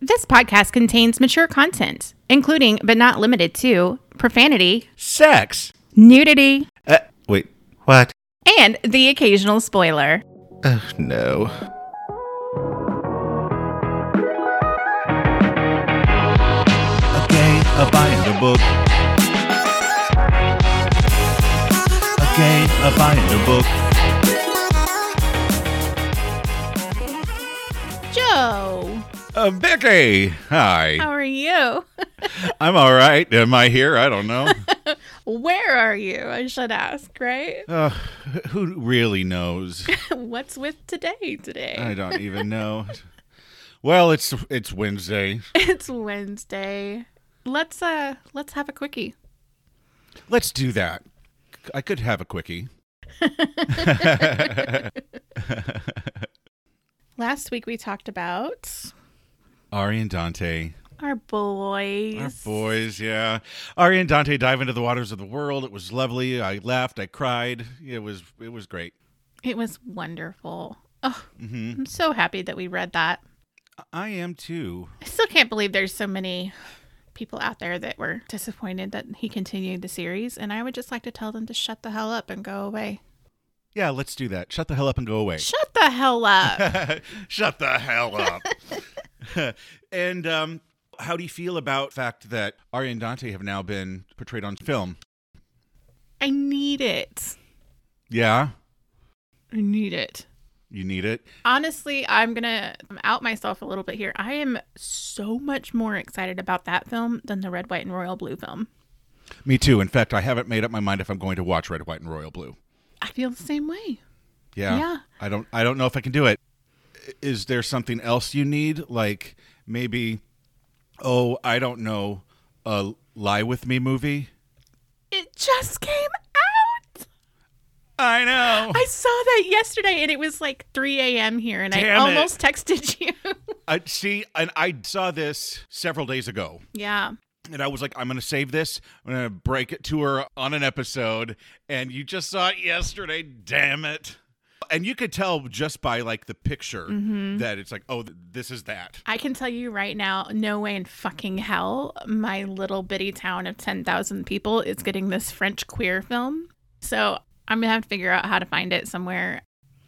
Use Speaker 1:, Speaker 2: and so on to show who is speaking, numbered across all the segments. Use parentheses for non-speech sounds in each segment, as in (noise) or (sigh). Speaker 1: This podcast contains mature content, including but not limited to profanity,
Speaker 2: Sex.
Speaker 1: nudity,
Speaker 2: Uh, wait, what?
Speaker 1: and the occasional spoiler.
Speaker 2: Oh, no.
Speaker 3: A gay, a buy in the book. A gay, a buy in the book.
Speaker 1: Joe,
Speaker 2: Uh, Vicky, hi.
Speaker 1: how are you?
Speaker 2: I'm all right. Am I here? I don't know. (laughs)
Speaker 1: Where are you? I should ask, right? (laughs)
Speaker 2: Uh, who really knows?
Speaker 1: What's with today? Today?
Speaker 2: I don't even know. Well, it's it's Wednesday.
Speaker 1: (laughs) it's Wednesday. Let's uh let's have a quickie.
Speaker 2: Let's do that. I could have a quickie.
Speaker 1: Last week we talked about
Speaker 2: Ari and Dante.
Speaker 1: our boys.
Speaker 2: Our boys, yeah. Ari and Dante dive into the waters of the world. It was lovely. I laughed. I cried. It was it was great.
Speaker 1: It was wonderful. Oh,
Speaker 2: hmm
Speaker 1: I'm so happy that we read that.
Speaker 2: I am too.
Speaker 1: I still can't believe there's so many people out there that were disappointed that he continued the series, and I would just like to tell them to shut the hell up and go away.
Speaker 2: Yeah, let's do that. Shut the hell up and go away.
Speaker 1: Shut the hell up.
Speaker 2: (laughs)
Speaker 1: (laughs)
Speaker 2: Shut the hell up. and um, how do you feel about the fact that Ari and Dante have now been portrayed on film?
Speaker 1: I need it.
Speaker 2: Yeah,
Speaker 1: I need it.
Speaker 2: you need it.
Speaker 1: Honestly, I'm going to out myself a little bit here. I am so much more excited about that film than the Red, White, and Royal Blue film.
Speaker 2: Me too. In fact, I haven't made up my mind if I'm going to watch Red, White, and Royal Blue.
Speaker 1: I feel the same way.
Speaker 2: Yeah.
Speaker 1: Yeah.
Speaker 2: I don't I don't know if I can do it. I- Is there something else you need? Like maybe oh, I don't know, a lie with me movie?
Speaker 1: It just came out.
Speaker 2: I know.
Speaker 1: I saw that yesterday and it was like 3 a.m. here, and I
Speaker 2: Damn it.
Speaker 1: almost texted (laughs) you.
Speaker 2: I see and I saw this several days ago.
Speaker 1: yeah.
Speaker 2: And I was like, I'm going to save this. I'm going to break it to her on an episode. And you just saw it yesterday. Damn it. And you could tell just by like the picture
Speaker 1: Mm-hmm.
Speaker 2: that it's like, oh, th- this is that.
Speaker 1: I can tell you right now, no way in fucking hell, my little bitty town of 10,000 people is getting this French queer film. So I'm going to have to figure out how to find it somewhere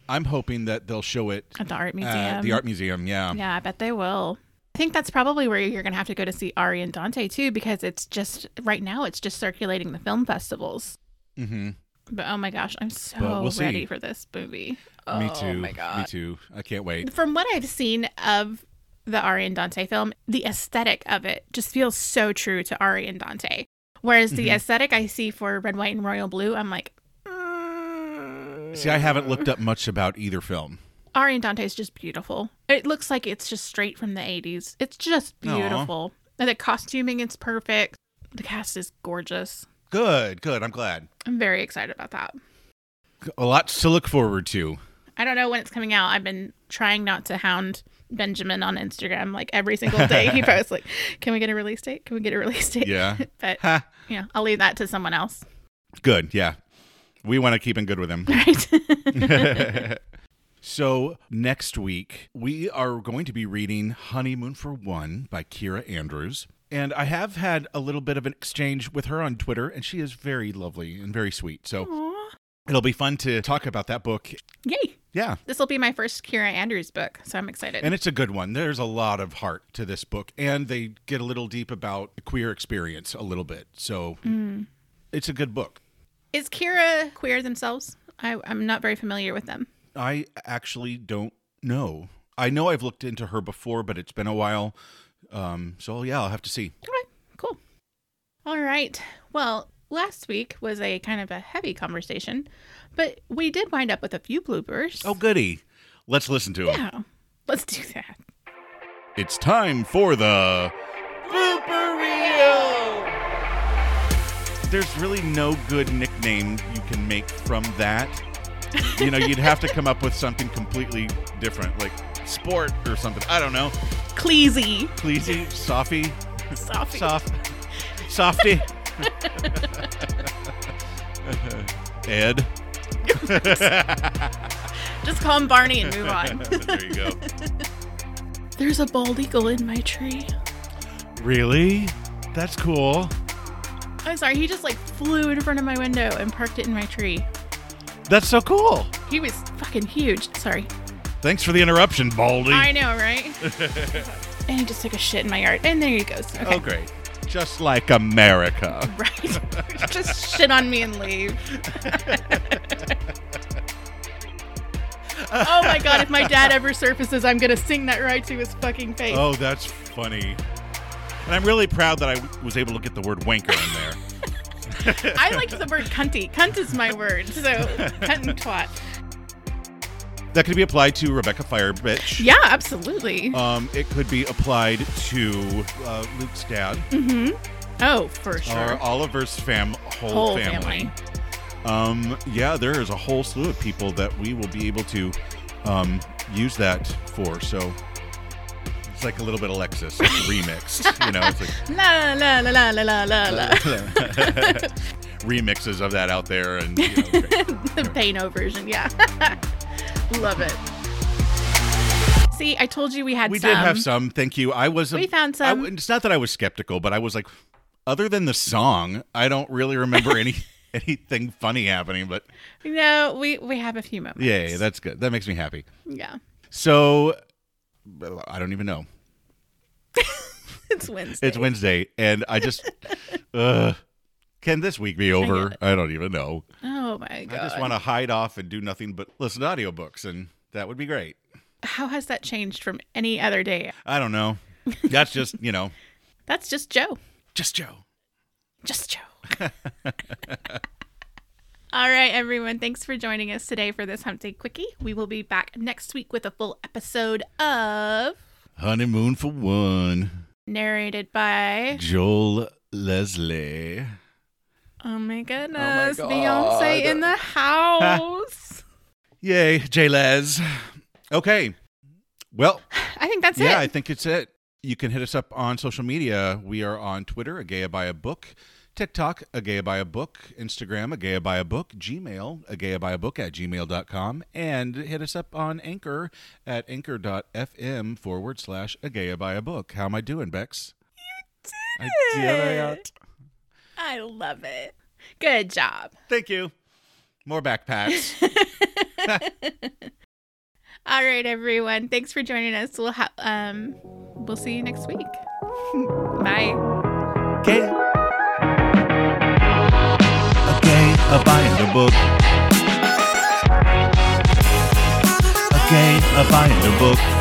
Speaker 2: I'm hoping that they'll show it
Speaker 1: at the art museum.
Speaker 2: at Uh, the art museum. Yeah.
Speaker 1: Yeah, I bet they will. I think that's probably where you're going to have to go to see Ari and Dante too, because it's just right now, it's just circulating the film festivals.
Speaker 2: hmm
Speaker 1: But oh my gosh, I'm so
Speaker 2: But we'll see.
Speaker 1: ready for this movie. Oh
Speaker 2: Me too.
Speaker 1: my God.
Speaker 2: Me too. I
Speaker 1: (laughs)
Speaker 2: can't wait.
Speaker 1: from what I've seen of the Ari and Dante film, the aesthetic of it just feels so true to Ari and Dante. Whereas the aesthetic I see for Red, White, and Royal Blue, I'm like, mm.
Speaker 2: See, I haven't looked up much about either film.
Speaker 1: Ari and Dante is just beautiful. It looks like it's just straight from the 80s. It's just
Speaker 2: Aw.
Speaker 1: beautiful. And the costuming is perfect. The cast is gorgeous.
Speaker 2: Good, good. I'm glad.
Speaker 1: I'm very excited about that.
Speaker 2: A lot to look forward to.
Speaker 1: I don't know when it's coming out. I've been trying not to hound Benjamin on Instagram like every single day. He posts like, "Can we get a release date? Can we get a release date?" (laughs)
Speaker 2: Yeah.
Speaker 1: but
Speaker 2: Ha.
Speaker 1: yeah, I'll leave that to someone else. (laughs)
Speaker 2: Good. Yeah. We want to keep in good with him. (laughs)
Speaker 1: Right?
Speaker 2: So next week we are going to be reading Honeymoon for One by Kira Andrews. And I have had a little bit of an exchange with her on Twitter, and she is very lovely and very sweet. So
Speaker 1: Aw.
Speaker 2: it'll be fun to talk about that book.
Speaker 1: Yay!
Speaker 2: Yeah.
Speaker 1: This will be my first Kira Andrews book, so I'm excited.
Speaker 2: And it's a good one. There's a lot of heart to this book, and they get a little deep about the queer experience a little bit. So it's a good book.
Speaker 1: Is Kira queer themselves? I, I'm not very familiar with them.
Speaker 2: I actually don't know. I know I've looked into her before, but it's been a while. Um, so yeah, I'll have to see.
Speaker 1: Okay, cool. All right. Well, last week was a kind of a heavy conversation, but we did wind up with a few bloopers.
Speaker 2: Oh, goody. Let's listen to him.
Speaker 1: yeah. Let's do that.
Speaker 2: It's time for the Blooper Reel. There's really no good nickname you can make from that. You know, you'd have to come up with something completely different, like sport or something. I don't know.
Speaker 1: Cleasy.
Speaker 2: Pleasy, softy,
Speaker 1: Sophie.
Speaker 2: soft, softy. (laughs) Ed.
Speaker 1: (laughs) Just call him Barney and move on.
Speaker 2: there you go.
Speaker 1: There's a bald eagle in my tree.
Speaker 2: Really? That's cool.
Speaker 1: I'm sorry, he just like flew in front of my window and parked it in my tree.
Speaker 2: That's so cool.
Speaker 1: He was fucking huge. Sorry.
Speaker 2: Thanks for the interruption, Baldy.
Speaker 1: I know,
Speaker 2: (laughs)
Speaker 1: right? and he just took a shit in my yard. And there he goes. Okay.
Speaker 2: Oh, great. Just like America.
Speaker 1: (laughs) Right. (laughs) just shit on me and
Speaker 2: (laughs)
Speaker 1: leave. oh my god, if my dad ever surfaces, I'm gonna sing that right to his fucking face.
Speaker 2: Oh, that's funny. And I'm really proud that I w- was able to get the word wanker in there.
Speaker 1: I liked the word cunty. Cunt is my word,
Speaker 2: (laughs)
Speaker 1: so cunt and twat.
Speaker 2: That could be applied to Rebecca Firebitch.
Speaker 1: Yeah, absolutely.
Speaker 2: Um, it could be applied to uh, Luke's dad
Speaker 1: oh, for
Speaker 2: or
Speaker 1: Mm, sure.
Speaker 2: Oliver's fam whole,
Speaker 1: Whole
Speaker 2: family.
Speaker 1: family.
Speaker 2: Um, yeah, there is a whole slew of people that we will be able to um, use that for. So it's like a little bit Alexis like remixed. You know, it's like
Speaker 1: La la la la la la la la.
Speaker 2: (laughs) remixes of that out there, and you know,
Speaker 1: (laughs)
Speaker 2: great.
Speaker 1: the Pano version, yeah. (laughs) Love it. See, I told you we had
Speaker 2: we
Speaker 1: some.
Speaker 2: did have some. Thank you. I was.
Speaker 1: We found
Speaker 2: I
Speaker 1: some.
Speaker 2: w- it's not that I was skeptical, but I was like, other than the song, I don't really
Speaker 1: (laughs)
Speaker 2: remember any anything funny happening. But
Speaker 1: No, we we have a few moments.
Speaker 2: yeah, yeah, that's good. That makes me happy.
Speaker 1: Yeah. (laughs)
Speaker 2: So I don't even know.
Speaker 1: It's Wednesday.
Speaker 2: It's Wednesday, and
Speaker 1: (laughs)
Speaker 2: I just uh, can this week be over?
Speaker 1: get
Speaker 2: I, don't even know.
Speaker 1: oh my god.
Speaker 2: I just want to hide off and do nothing but listen to audiobooks, and that would be great.
Speaker 1: How has that changed from any other day?
Speaker 2: I don't know. That's just you know,
Speaker 1: That's just Joe.
Speaker 2: just Joe.
Speaker 1: Just Joe.
Speaker 2: (laughs)
Speaker 1: (laughs) All right, everyone. Thanks for joining us today for this Hump Day Quickie. We will be back next week with a full episode of
Speaker 2: Honeymoon for one.
Speaker 1: narrated by
Speaker 2: Joel Leslie.
Speaker 1: Oh my goodness, Beyonce in the house.
Speaker 2: Yay, J Les. Okay. Well,
Speaker 1: I think that's
Speaker 2: yeah, I
Speaker 1: it.
Speaker 2: think it's it. You can hit us up on social media. We are on Twitter, a gay by a book, TikTok, a gay by a book, Instagram, a gay by a book, Gmail, a gay by a book at gmail.com, and hit us up on Anchor at anchor.fm forward slash a gay by a book. How am I doing, Bex? You did it.
Speaker 1: I love it. Good job.
Speaker 2: Thank you. More backpacks.
Speaker 1: All right, everyone. Thanks for joining us. We'll ha- um, we'll see you next week. (laughs) Bye.
Speaker 3: gay. A gay, a buying the book. A gay, a buying the book.